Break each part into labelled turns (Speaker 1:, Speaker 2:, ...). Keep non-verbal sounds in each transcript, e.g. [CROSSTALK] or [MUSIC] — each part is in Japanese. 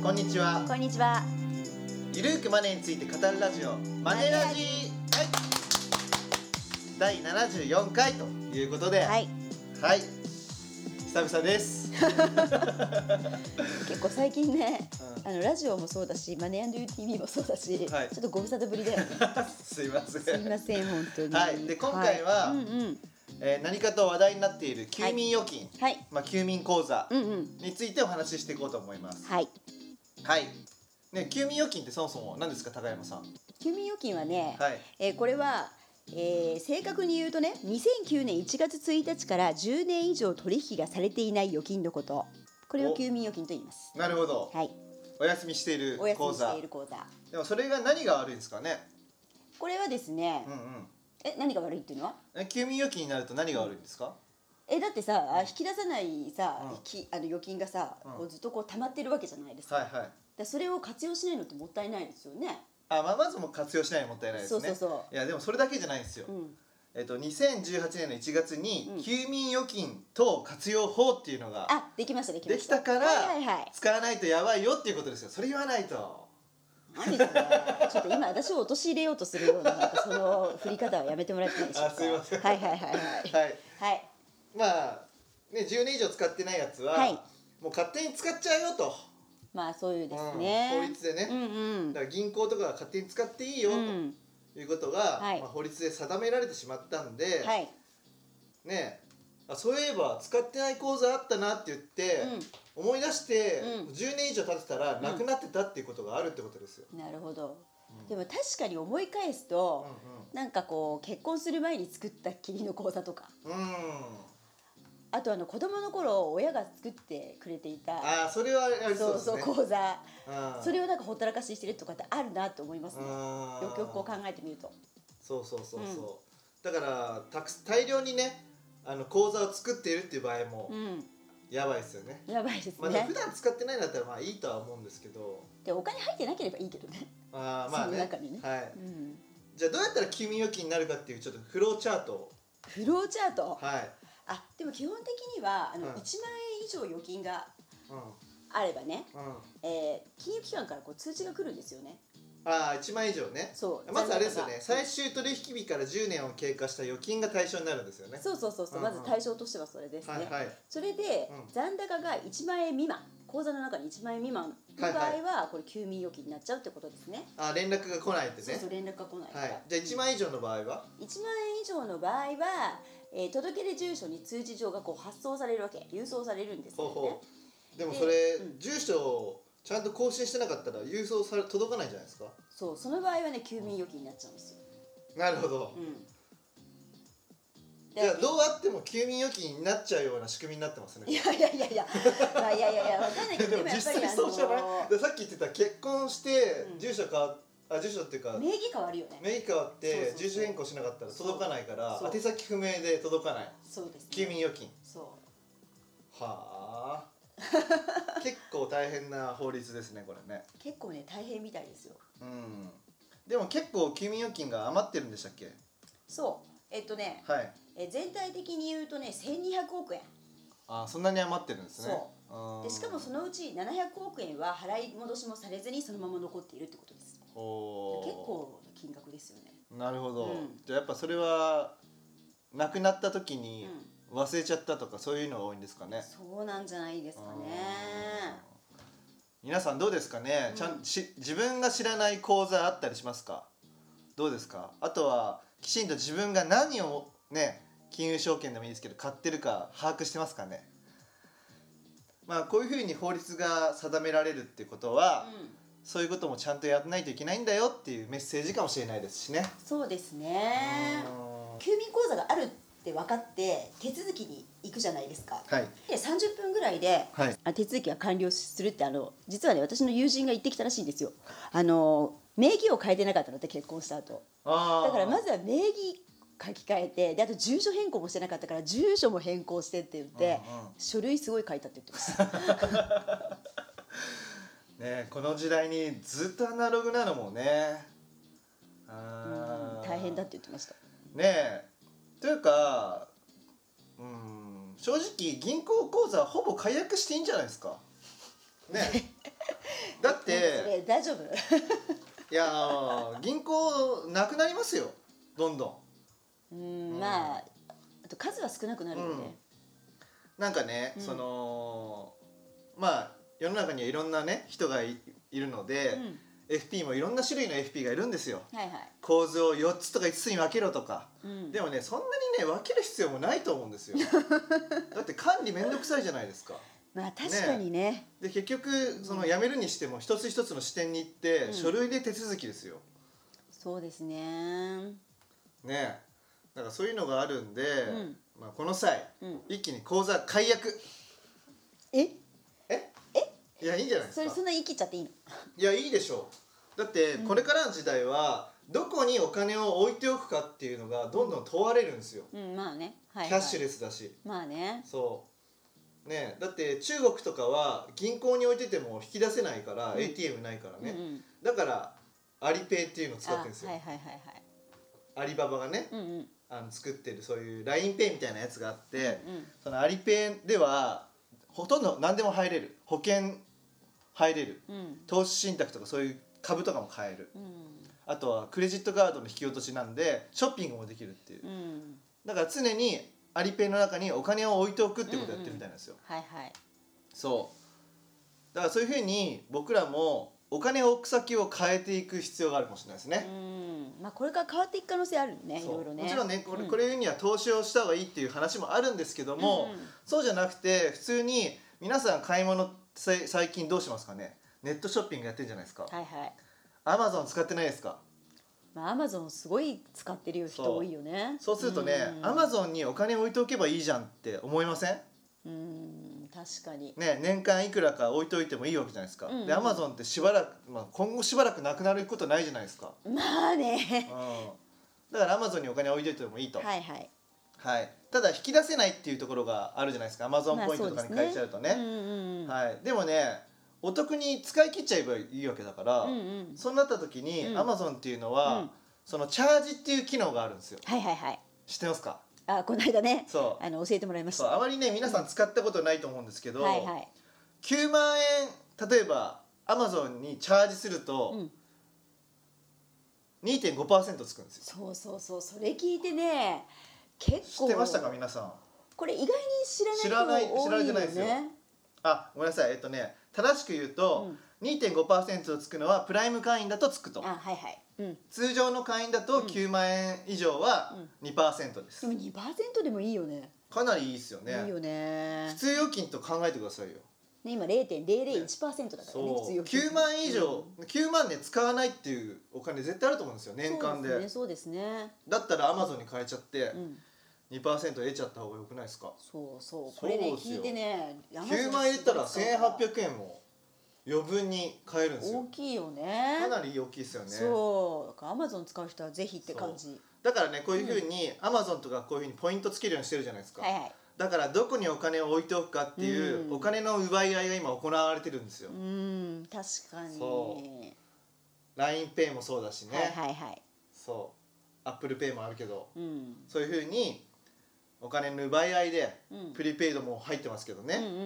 Speaker 1: こんにちは
Speaker 2: こんにちは。
Speaker 1: ゆるーくマネーについて語るラジオマネラジはい第74回ということでは、
Speaker 2: はいい。
Speaker 1: 久々です、 [LAUGHS]
Speaker 2: 結構最近ね、
Speaker 1: う
Speaker 2: あのラジオもそうだし、マネー &UTV もそうだし、
Speaker 1: はい
Speaker 2: ちょっとご無沙汰ぶりだよね。
Speaker 1: んすいますせ
Speaker 2: い
Speaker 1: ん
Speaker 2: ませ
Speaker 1: [LAUGHS]
Speaker 2: ん本当に。
Speaker 1: はいで今回はい
Speaker 2: うんうん。
Speaker 1: えー何かと話題になっている休眠預金、
Speaker 2: はい。
Speaker 1: まあ休眠口座
Speaker 2: うんうん。
Speaker 1: についてお話ししていこうと思います
Speaker 2: はい。
Speaker 1: はいね休眠預金ってそもそも何ですか高山さん
Speaker 2: 休眠預金はね、
Speaker 1: はい
Speaker 2: えーこれは。えー正確に言うとね2009年1月1日から10年以上取引がされていない預金のことこれを
Speaker 1: お
Speaker 2: 休眠預金と言います
Speaker 1: なるほど、
Speaker 2: はい
Speaker 1: お休みしている
Speaker 2: お休
Speaker 1: 口
Speaker 2: みし
Speaker 1: 座
Speaker 2: ている口座
Speaker 1: でもそれが何が悪いんですかね
Speaker 2: これはですね、
Speaker 1: うんうん
Speaker 2: え何が悪いっていうのは
Speaker 1: え休眠預金になると何が悪いんですか、
Speaker 2: えだってさあ引き出さないさ、
Speaker 1: うん
Speaker 2: きあの預金がさ、
Speaker 1: うん
Speaker 2: こうずっとこう溜まってるわけじゃないですか,、
Speaker 1: はいはい
Speaker 2: それを活用しないのってもったいないですよね。
Speaker 1: あまあ、まずもう活用しないのもったいないですね
Speaker 2: そうそうそう
Speaker 1: やでもそれだけじゃないんですよ、
Speaker 2: うん、
Speaker 1: えっと、2018年の1月
Speaker 2: う
Speaker 1: に
Speaker 2: ん
Speaker 1: 休眠預金等活用法っていうのが
Speaker 2: あできましたできま
Speaker 1: で
Speaker 2: し
Speaker 1: き
Speaker 2: た
Speaker 1: たから
Speaker 2: はいはいはい
Speaker 1: 使わないとやばいよっていうことですよそれ言わないと
Speaker 2: 何それ [LAUGHS] ちょっと今私を陥れようとするようななんかその振り方はやめてもらっていいでしょうか
Speaker 1: あすいません
Speaker 2: はいはいはいはい
Speaker 1: はい
Speaker 2: はい
Speaker 1: まあね10年以上使ってないやつは、
Speaker 2: はい
Speaker 1: もう勝手に使っちゃうよと
Speaker 2: まあそういうですね、
Speaker 1: うん法律でね
Speaker 2: うんうん
Speaker 1: だから銀行とかが勝手に使っていいよ
Speaker 2: う
Speaker 1: と
Speaker 2: ん
Speaker 1: いうことが、
Speaker 2: はい
Speaker 1: まあ、法律で定められてしまったんで、
Speaker 2: はい
Speaker 1: ねあそういえば使ってない口座あったなって言って、思い出して、
Speaker 2: うん
Speaker 1: 10年以上経ってたらなくなってたっていうことがあるってことですよ、
Speaker 2: なるほど、
Speaker 1: うん
Speaker 2: でも確かに思い返す
Speaker 1: う
Speaker 2: と、
Speaker 1: ん
Speaker 2: なんかこう結婚する前に作ったきりの口座とか
Speaker 1: うん、うん、
Speaker 2: あとあの子供の頃親が作ってくれていた
Speaker 1: ああそれはありそう
Speaker 2: そう
Speaker 1: です
Speaker 2: そう
Speaker 1: ね
Speaker 2: 講座
Speaker 1: うん
Speaker 2: それをなんかほったらかしにしてるとかってあるなと思いますね
Speaker 1: うん
Speaker 2: よくよくこう考えてみると
Speaker 1: そうそうそうそう、だからたくす大量にねあの口座を作っているっていう場合も
Speaker 2: うん
Speaker 1: やばいですよね、
Speaker 2: やばいです
Speaker 1: まあでも
Speaker 2: ね
Speaker 1: 普段使ってないんだったらまあいいとは思うんですけど
Speaker 2: でお金入ってなければいいけ
Speaker 1: [LAUGHS]
Speaker 2: どね
Speaker 1: あーまあね
Speaker 2: その中にね
Speaker 1: はい
Speaker 2: うん
Speaker 1: じゃあどうやったら休眠預金になるかっていうちょっとフローチャートを
Speaker 2: フローチャート
Speaker 1: はい、
Speaker 2: あでも基本的にはあの
Speaker 1: う
Speaker 2: 1
Speaker 1: ん
Speaker 2: 万円以上預金が
Speaker 1: うん
Speaker 2: あればね
Speaker 1: うん、
Speaker 2: えー金融機関からこう通知が来るんですよね
Speaker 1: ああ1万円以上ね
Speaker 2: そう
Speaker 1: まずあれですよね
Speaker 2: 残高が
Speaker 1: 最終取引日から10年を経過した預金が対象になるんですよね
Speaker 2: そうそうそうそうまず対象としてはそれです
Speaker 1: はい
Speaker 2: ね
Speaker 1: はい
Speaker 2: それで、
Speaker 1: うん
Speaker 2: 残高が1万円未満口座の中に1万円未満の場合は、
Speaker 1: はい
Speaker 2: これ休眠預金になっちゃうってことですね
Speaker 1: あ連絡が来ないってね
Speaker 2: そうそう連絡が来ないから、
Speaker 1: はい、じゃあ1万円以上の場合は
Speaker 2: 1万円以上の場合は、えー届け出住所に通知状がこう発送されるわけ郵送されるんですけ
Speaker 1: ほう
Speaker 2: どね
Speaker 1: ほうでも
Speaker 2: で
Speaker 1: それ、
Speaker 2: うん
Speaker 1: 住所をちゃんと更新してなかったら郵送され届かないんじゃないですか
Speaker 2: そうその場合はね休眠預金になっちゃうんですよ、
Speaker 1: なるほど、
Speaker 2: うん、
Speaker 1: じゃあどうあっても休眠預金になっちゃうような仕組みになってますね
Speaker 2: いやいやいやいや、まあ、いやいやいやわかんないけ
Speaker 1: で
Speaker 2: ど
Speaker 1: も
Speaker 2: や
Speaker 1: 実
Speaker 2: っぱり
Speaker 1: 際
Speaker 2: あの
Speaker 1: そうじゃない、でさっき言ってた結婚して
Speaker 2: うん
Speaker 1: 住所変わあ住所っていうか
Speaker 2: 名義変わるよね
Speaker 1: 名義変わっ
Speaker 2: そう
Speaker 1: て
Speaker 2: そうそう
Speaker 1: 住所変更しなかったら届かないから
Speaker 2: そう
Speaker 1: 宛先不明で届かない
Speaker 2: そうです
Speaker 1: 休
Speaker 2: ね
Speaker 1: 眠預金
Speaker 2: そ
Speaker 1: はあ [LAUGHS] 結構大変な法律ですねこれね
Speaker 2: う結構ね大変みたいですよ
Speaker 1: うんでも結構休眠預金が余ってるんでしたっけ
Speaker 2: そうえっとね
Speaker 1: はい
Speaker 2: えー全体的に言うとね1200億円
Speaker 1: あそんなに余ってるんですねう
Speaker 2: でしかもそ
Speaker 1: の
Speaker 2: のうち700億円は払い戻しもされずにそのまま残っているってことです結
Speaker 1: ほ
Speaker 2: 構な金額ですよね
Speaker 1: うなるほど、
Speaker 2: うん
Speaker 1: じゃあやっぱそれは亡くなった時に
Speaker 2: うん
Speaker 1: 忘れちゃったとかそういうのが多いんですかね
Speaker 2: そうなんじゃないですかね
Speaker 1: 皆さんどうですかね、
Speaker 2: うん
Speaker 1: ちゃんし自分が知らない講座あったりしますかどうですかあとはきちんと自分が何をね金融証券でもいいですけど買ってるか把握してますかねまあこういうふうに法律が定められるってことは、
Speaker 2: うん
Speaker 1: そういうこともちゃんとやらないといけないんだよっていうメッセージかもしれないですしね。
Speaker 2: そうですね
Speaker 1: うん
Speaker 2: 休眠口座があるって分かって手続きに行くじゃないですか
Speaker 1: はい
Speaker 2: で30分ぐらいで
Speaker 1: はい
Speaker 2: あ手続きが完了するってあの実はね私の友人が言ってきたらしいんですよあの名義を変えてなかったのって結婚した後
Speaker 1: あー
Speaker 2: だからまずは名義書き換えてであと住所変更もしてなかったから住所も変更してって言って、
Speaker 1: うんうん
Speaker 2: 書類すごい書いたって言ってました。
Speaker 1: ねこの時代にずっとアナログなのもね
Speaker 2: うん
Speaker 1: あー
Speaker 2: 大変だって言ってました。
Speaker 1: ねえというかうん
Speaker 2: [LAUGHS]
Speaker 1: 正直銀行口座はほぼ解約していいんじゃないですかねだっ
Speaker 2: そ
Speaker 1: て
Speaker 2: れ大丈夫
Speaker 1: いやー銀行なくなりますよどんどん
Speaker 2: うんまああと数は少なくなるよね、
Speaker 1: なんかね、
Speaker 2: うん
Speaker 1: そのまあ世の中にはいろんなね人がいいるので
Speaker 2: う、ん
Speaker 1: FP もいろんな種類の FP がいるんですよ
Speaker 2: はいはい、
Speaker 1: 構図を4つとか5つに分けろとか
Speaker 2: うん、
Speaker 1: でもねそんなにね分ける必要もないと思うんです
Speaker 2: [LAUGHS]
Speaker 1: よだって管理めんどくさいじゃないですか
Speaker 2: まあ確かにね
Speaker 1: で結局その辞めるにしても一つ一つの支店に行って、
Speaker 2: うん
Speaker 1: 書類で手続きですよ
Speaker 2: そうですね
Speaker 1: ねだからそういうのがあるんで、
Speaker 2: ん
Speaker 1: まあ、この際、
Speaker 2: うん
Speaker 1: 一気に口座解約
Speaker 2: え
Speaker 1: ええいやいいんじゃないです
Speaker 2: そ
Speaker 1: か
Speaker 2: れそんな言い切っちゃっていいの
Speaker 1: いやいいでしょうだってこれからの時代はどこにお金を置いておくかっていうのがどんどん問われるんですよ、
Speaker 2: うんまあねはい、はい、
Speaker 1: キャッシュ
Speaker 2: で
Speaker 1: レスだし
Speaker 2: まあね
Speaker 1: そうねだって中国とかは銀行に置いてても引き出せないから、
Speaker 2: うん
Speaker 1: ATM ないからね、
Speaker 2: うんうん、
Speaker 1: だからアリペイっていうのを使
Speaker 2: あ
Speaker 1: っ
Speaker 2: は
Speaker 1: てる
Speaker 2: い
Speaker 1: んですよ、
Speaker 2: はいはいはい
Speaker 1: アリババがね
Speaker 2: うんうん
Speaker 1: あの作ってるそういう LINEPay みたいなやつがあって、
Speaker 2: うん
Speaker 1: そのアリペイではほとんど何でも入れる保険入れる
Speaker 2: うん
Speaker 1: 投資信託とかそういう株とかも買える
Speaker 2: うん
Speaker 1: あとはクレジットカードの引き落としなんでショッピングもできるっていう
Speaker 2: うん
Speaker 1: だから常にアリペイの中にお金を置いておくってことをやってるみたいなんですよ、
Speaker 2: はいはい
Speaker 1: そうだからそういうふうに僕らもお金を置く先を変えていく必要があるかもしれないです
Speaker 2: う
Speaker 1: ね,
Speaker 2: んまあこれから変わっていく可能性あるねい
Speaker 1: そう、
Speaker 2: ろいろね
Speaker 1: もちろんねこれ
Speaker 2: うん
Speaker 1: これには投資をした方がいいっていう話もあるんですけども、
Speaker 2: うんうん
Speaker 1: そうじゃなくて普通に皆さん買い物さい最近どうしますかねネットショッピングやってるじゃないですか
Speaker 2: はいはい
Speaker 1: アマゾン使ってないですか
Speaker 2: まあアマゾンすごい使ってる人多いよね
Speaker 1: そうするとね
Speaker 2: うん
Speaker 1: アマゾンにお金置いておけばいいじゃんって思いません
Speaker 2: うん確かに
Speaker 1: ね、年間いくらか置いといてもいいわけじゃないですか、
Speaker 2: うんうん
Speaker 1: でアマゾンってしばらく、まあ、今後しばらくなくなることないじゃないですか、
Speaker 2: まあ
Speaker 1: うん
Speaker 2: ね、
Speaker 1: だからアマゾンにお金置いといてもいいと、はい
Speaker 2: はいはい
Speaker 1: ただ引き出せないっていうところがあるじゃないですかアマゾンポイントとかに変えちゃうとね,、
Speaker 2: まあそうですうんうんうん
Speaker 1: はい、でもねお得に使い切っちゃえばいいわけだから、
Speaker 2: うんうん
Speaker 1: そうなった時に、
Speaker 2: うん
Speaker 1: アマゾンっていうのは、
Speaker 2: うん
Speaker 1: そのチャージっていう機能があるんですよ
Speaker 2: はいはいはい
Speaker 1: 知ってますか
Speaker 2: あこの間ね
Speaker 1: そう
Speaker 2: あの教えてもらいまし
Speaker 1: そう
Speaker 2: た
Speaker 1: あまりね皆さん使ったことないと思うんですけど、
Speaker 2: はいはい
Speaker 1: 9万円例えばアマゾンにチャージする
Speaker 2: う
Speaker 1: と
Speaker 2: ん
Speaker 1: 2.5%つくんですよ、
Speaker 2: そうそうそうそれ聞いてね結
Speaker 1: 知
Speaker 2: 構
Speaker 1: ってましたか皆さん
Speaker 2: これ意外に知
Speaker 1: 知
Speaker 2: ら
Speaker 1: ら
Speaker 2: な
Speaker 1: ないい
Speaker 2: 人多いよね
Speaker 1: 知られてないですよあごめんなさいえっとね正しく言うと、2.5%つくのはプライム会員だとつくと
Speaker 2: あはいはい、うん、
Speaker 1: 通常の会員だと9万円以上は2%です、
Speaker 2: でも2%でもいいよね
Speaker 1: かなりいいですよね
Speaker 2: いいよね
Speaker 1: 普通預金と考えてくださいよ
Speaker 2: ね今0.001%だからね
Speaker 1: そう
Speaker 2: 普通
Speaker 1: 9万円以上、9万ね使わないっていうお金絶対あると思うんですよ年間で
Speaker 2: そうですねそうですね
Speaker 1: だったらアマゾンに変えちゃって、
Speaker 2: うん
Speaker 1: 2%得ちゃった方が良くないですか
Speaker 2: そうそうこれね
Speaker 1: そうです
Speaker 2: 聞い
Speaker 1: よ
Speaker 2: てね
Speaker 1: 9万円入れたら1800円も余分に買えるんです
Speaker 2: 大
Speaker 1: よ
Speaker 2: きいよね
Speaker 1: かなり大きいですよね
Speaker 2: そうだからアマゾン使う人はぜひって感じ
Speaker 1: だからねこういうふうにアマゾンとかこういうふうにポイントつけるようにしてるじゃないですか、
Speaker 2: はいはい
Speaker 1: だからどこにお金を置いておくかっていううんお金の奪い合いが今行われてるんですよ、
Speaker 2: うん確かに
Speaker 1: そ LINEPay もそうだしね、
Speaker 2: はいはいはい
Speaker 1: そう ApplePay もあるけど
Speaker 2: うん
Speaker 1: そういうふうにお金の奪い合いで
Speaker 2: うん
Speaker 1: プリペイドも入ってますけどね、
Speaker 2: うんうんう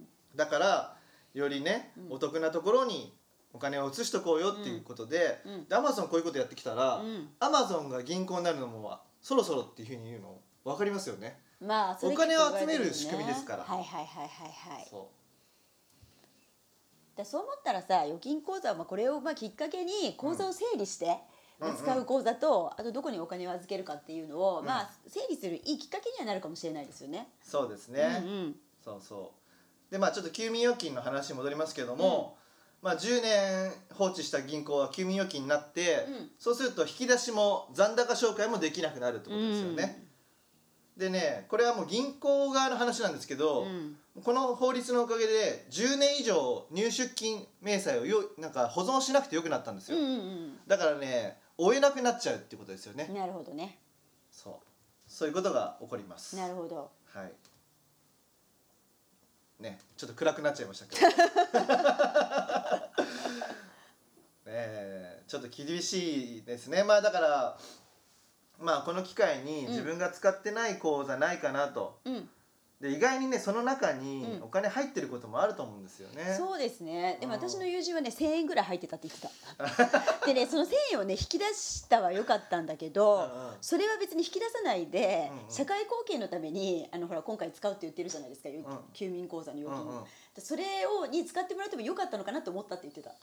Speaker 2: ん
Speaker 1: だからよりね、お得なところにお金を移しとこうよっていうことで,、
Speaker 2: うんうん
Speaker 1: でアマゾンこういうことやってきたら、
Speaker 2: うん
Speaker 1: アマゾンが銀行になるのもそろそろっていうふうに言うの分かりますよね。
Speaker 2: うんまあそれ
Speaker 1: お金を
Speaker 2: 結構言わて
Speaker 1: 集める
Speaker 2: よね
Speaker 1: 仕組みですから
Speaker 2: はいはいはいはいはい
Speaker 1: そ
Speaker 2: だそう思ったらさ預金口座はまあこれをまあきっかけに口座を整理して、
Speaker 1: うんうん
Speaker 2: 使う口座とあとどこにお金を預けるかっていうのを、
Speaker 1: うん
Speaker 2: まあ整理するいいきっかけにはなるかもしれないですよね。
Speaker 1: うそうですね、
Speaker 2: うんうん
Speaker 1: そうそうでまあちょっと休眠預金の話に戻りますけども、まあ、10年放置した銀行は休眠預金になって、
Speaker 2: うん
Speaker 1: そうすると引き出しも残高紹介もできなくなるってことですよね。でねこれはもう銀行側の話なんですけど、
Speaker 2: うん
Speaker 1: この法律のおかげで10年以上入出金明細をよなんか保存しなくてよくなったんです
Speaker 2: うん
Speaker 1: よ、
Speaker 2: うん
Speaker 1: だからね追えなくなっちゃうってことですよね、
Speaker 2: うん、なるほどね
Speaker 1: そうそういうことが起こります
Speaker 2: なるほど
Speaker 1: はいねちょっと暗くなっちゃいました
Speaker 2: [LAUGHS]
Speaker 1: けどねえちょっと厳しいですねまあだからまあこの機会に自分が使ってない口座ないかなと、
Speaker 2: うん
Speaker 1: で意外にねその中
Speaker 2: う
Speaker 1: に
Speaker 2: ん
Speaker 1: お金入ってることもあると思うんですよね、
Speaker 2: そうですねでも
Speaker 1: うん
Speaker 2: 私の友人はね1,000円ぐらい入ってたって言って
Speaker 1: [LAUGHS]
Speaker 2: たでねその1,000円をね引き出したは良かったんだけ
Speaker 1: うん
Speaker 2: ど
Speaker 1: うん
Speaker 2: それは別に引き出さないで、
Speaker 1: うんうん
Speaker 2: 社会貢献のためにあのほら今回使うって言ってるじゃないですか、有給
Speaker 1: うん
Speaker 2: 休眠口座の預金、
Speaker 1: うんうん
Speaker 2: でそれをに使ってもらっても良かったのかなと思ったって言ってた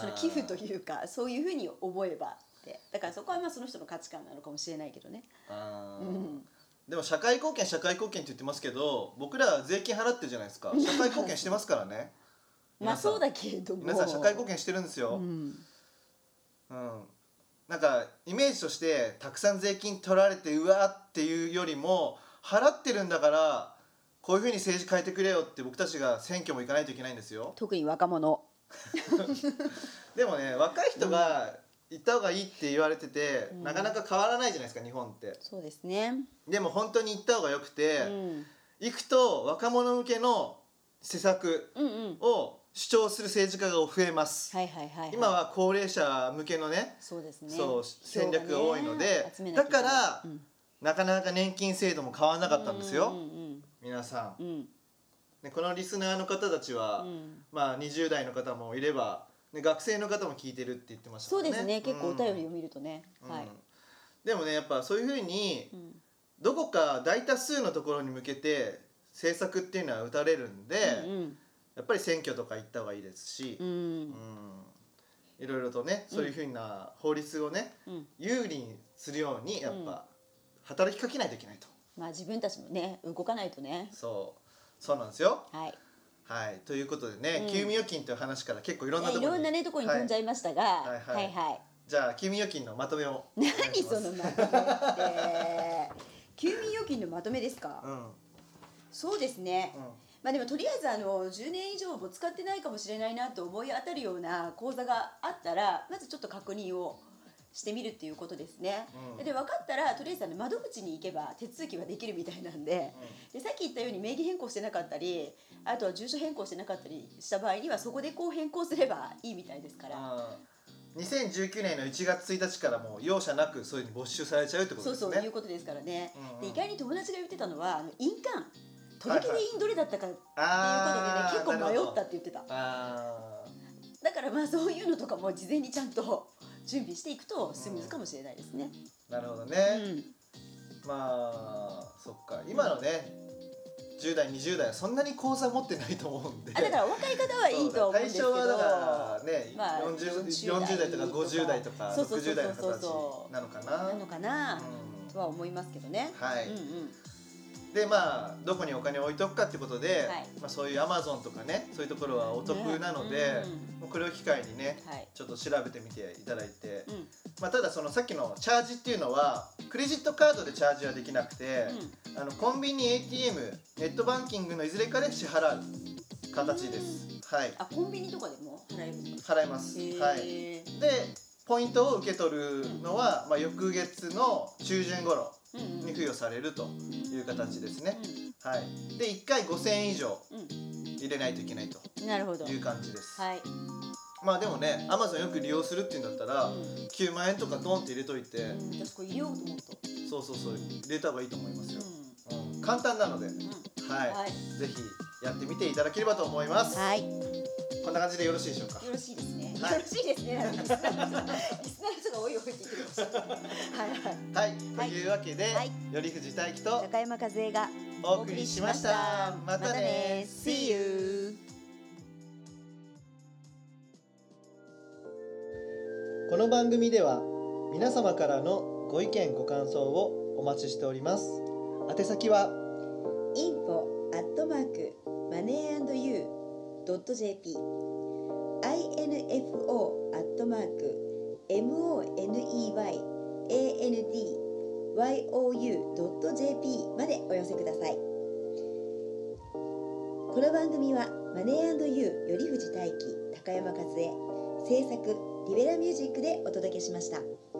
Speaker 2: その寄付というかそういうふうに覚えばってだからそこはまあその人の価値観なのかもしれないけどね、
Speaker 1: あ
Speaker 2: う
Speaker 1: ー
Speaker 2: ん、
Speaker 1: でも社会貢献社会貢献って言ってますけど僕ら税金払ってるじゃないですか社会貢献してますからね
Speaker 2: [LAUGHS] まあ
Speaker 1: 皆さん
Speaker 2: そうだけれども
Speaker 1: 皆さん社会貢献してるんですよ、
Speaker 2: うん
Speaker 1: うん、なんかイメージとしてたくさん税金取られてうわーっていうよりも払ってるんだからこういうふうに政治変えてくれよって僕たちが選挙も行かないといけないんですよ
Speaker 2: 特に若者
Speaker 1: でもね若い人が行った方がいいって言われてて、
Speaker 2: うん
Speaker 1: なかなか変わらないじゃないですか日本って
Speaker 2: そうですね、
Speaker 1: でも本当に行った方がよくて、
Speaker 2: うん、
Speaker 1: 行くと若者向けの施策
Speaker 2: うんうん
Speaker 1: を主張する政治家が増えます、
Speaker 2: はいはいはい、はい、
Speaker 1: 今は高齢者向けのね
Speaker 2: そうですね
Speaker 1: そう戦略が多いので
Speaker 2: 票がね集めなきゃいけない
Speaker 1: だから
Speaker 2: うん
Speaker 1: なかなか年金制度も変わらなかったんですよ、
Speaker 2: うんうん
Speaker 1: 皆さん、
Speaker 2: うんうん
Speaker 1: ね、このリスナーの方たちは、
Speaker 2: うん
Speaker 1: まあ20代の方もいれば、ね、学生の方も聞いてるって言ってました
Speaker 2: そ
Speaker 1: も
Speaker 2: うん
Speaker 1: ね
Speaker 2: ですね結構お便りを
Speaker 1: を、
Speaker 2: 見るとね、
Speaker 1: うん
Speaker 2: はい、
Speaker 1: でもねやっぱそういうふうに
Speaker 2: うん
Speaker 1: どこか大多数のところに向けて政策っていうのは打たれるんで、
Speaker 2: うん
Speaker 1: やっぱり選挙とか行った方がいいですし
Speaker 2: う、ん
Speaker 1: うんいろいろとねそういうふうな法律をね、
Speaker 2: うん
Speaker 1: 有利にするようにやっ
Speaker 2: うん
Speaker 1: ぱ働きかけないといけないと、
Speaker 2: まあ自分たちもね動かないとね
Speaker 1: そうそうなんですよ。
Speaker 2: はい
Speaker 1: はい、ということでね、
Speaker 2: うん
Speaker 1: 休眠預金という話から結構いろんなと
Speaker 2: ね
Speaker 1: こ
Speaker 2: い
Speaker 1: ろ
Speaker 2: ろんなねところに飛んじゃ
Speaker 1: はい
Speaker 2: いましたが、はいい、
Speaker 1: は
Speaker 2: はいい
Speaker 1: じゃあ休眠預金のまとめをお願いし
Speaker 2: 何
Speaker 1: ます
Speaker 2: そのまとめって休眠預金のまとめですか、
Speaker 1: うんうん
Speaker 2: そうですね、まあでもとりあえずあの10年以上も使ってないかもしれないなと思い当たるような口座があったらまずちょっと確認をしてみるっていうことですね、
Speaker 1: うん
Speaker 2: で分かったらとりあえずあの窓口に行けば手続きはできるみたいなんででさっき言ったように名義変更してなかったりあとは住所変更してなかったりした場合にはそこでこう変更すればいいみたいですから。
Speaker 1: うん、2019年の1月1日からもう容赦なくそういうふうに没収されちゃうってこと
Speaker 2: そう
Speaker 1: です
Speaker 2: そ
Speaker 1: ね
Speaker 2: ういうことですからね、
Speaker 1: うんうん
Speaker 2: で意外に友達が言ってたのはあの印鑑届け出印どれだったかっていう
Speaker 1: あー
Speaker 2: ことでね
Speaker 1: なる
Speaker 2: 結構
Speaker 1: ほ
Speaker 2: 迷
Speaker 1: ど
Speaker 2: ったって言ってた
Speaker 1: あ
Speaker 2: だからまあそういうのとかも事前にちゃんと [LAUGHS] 準備していくとスムーズかもしれないですね。
Speaker 1: ーなるほどね、
Speaker 2: うん
Speaker 1: まあそっか今のね10代20代はそんなに口座持ってないと思うんで
Speaker 2: あだからお若い方はいいとは思うんですけど
Speaker 1: そうだ対象はだからね、
Speaker 2: まあ
Speaker 1: 40,
Speaker 2: 40
Speaker 1: 40代とか50代とか
Speaker 2: そうそうそうそう
Speaker 1: 60代の方たちなのかな
Speaker 2: なのかな、
Speaker 1: うん
Speaker 2: とは思いますけどね。
Speaker 1: はい
Speaker 2: うんうん
Speaker 1: でまあどこにお金を置いとくかってことで、
Speaker 2: はい
Speaker 1: まあ、そういうアマゾンとかねそういうところはお得なので、
Speaker 2: ね
Speaker 1: もうこれを機会にね
Speaker 2: うんはい
Speaker 1: ちょっと調べてみていただいて、
Speaker 2: うん
Speaker 1: まあ、ただそのさっきのチャージっていうのはクレジットカードでチャージはできなくて、あのコンビニ ATM ネットバンキングのいずれかで支払う形です、はい
Speaker 2: あコンビニとかでも払えるんですか
Speaker 1: 払います、はい、
Speaker 2: へー
Speaker 1: でポイントを受け取るのは、まあ、翌月の中旬頃
Speaker 2: うんうん
Speaker 1: に付与されるという形ですね、
Speaker 2: う
Speaker 1: はい、で1回5000円以上
Speaker 2: んうん
Speaker 1: 入れないといけないと
Speaker 2: うんなるほど。
Speaker 1: いう感じです、
Speaker 2: はい。
Speaker 1: まあでもねアマゾンよく利用するっていうんだったら、
Speaker 2: うん
Speaker 1: 9万円とかドンって入れといて、
Speaker 2: うん私これ入れようと思った。
Speaker 1: そうそうそう入れた方がいいと思いますよ、
Speaker 2: う
Speaker 1: うん簡単なので、
Speaker 2: んうん
Speaker 1: はい、
Speaker 2: はい
Speaker 1: ぜひやってみていただければと思います、
Speaker 2: はい。
Speaker 1: こんな感じでよろしいでしょうか
Speaker 2: よろしいですね。
Speaker 1: はい
Speaker 2: よろしいですね。なんかリスナーの人がリスナーの人が多い多いって言ってるかもしれない。はいはい。
Speaker 1: はい、
Speaker 2: はい
Speaker 1: というわけで、
Speaker 2: はい
Speaker 1: よりふじ大樹と
Speaker 2: 中山和恵が
Speaker 1: お送りしましたまたね
Speaker 2: またね
Speaker 1: See
Speaker 2: See
Speaker 1: you
Speaker 2: you
Speaker 1: この番組では皆様からのご意見ご感想をお待ちしております宛先は
Speaker 2: info アットマークマネー and you ドット jp info アットマーク money and you ドット jp までお寄せください。この番組はマネー and you より藤大輝高山和恵制作リベラミュージックでお届けしました。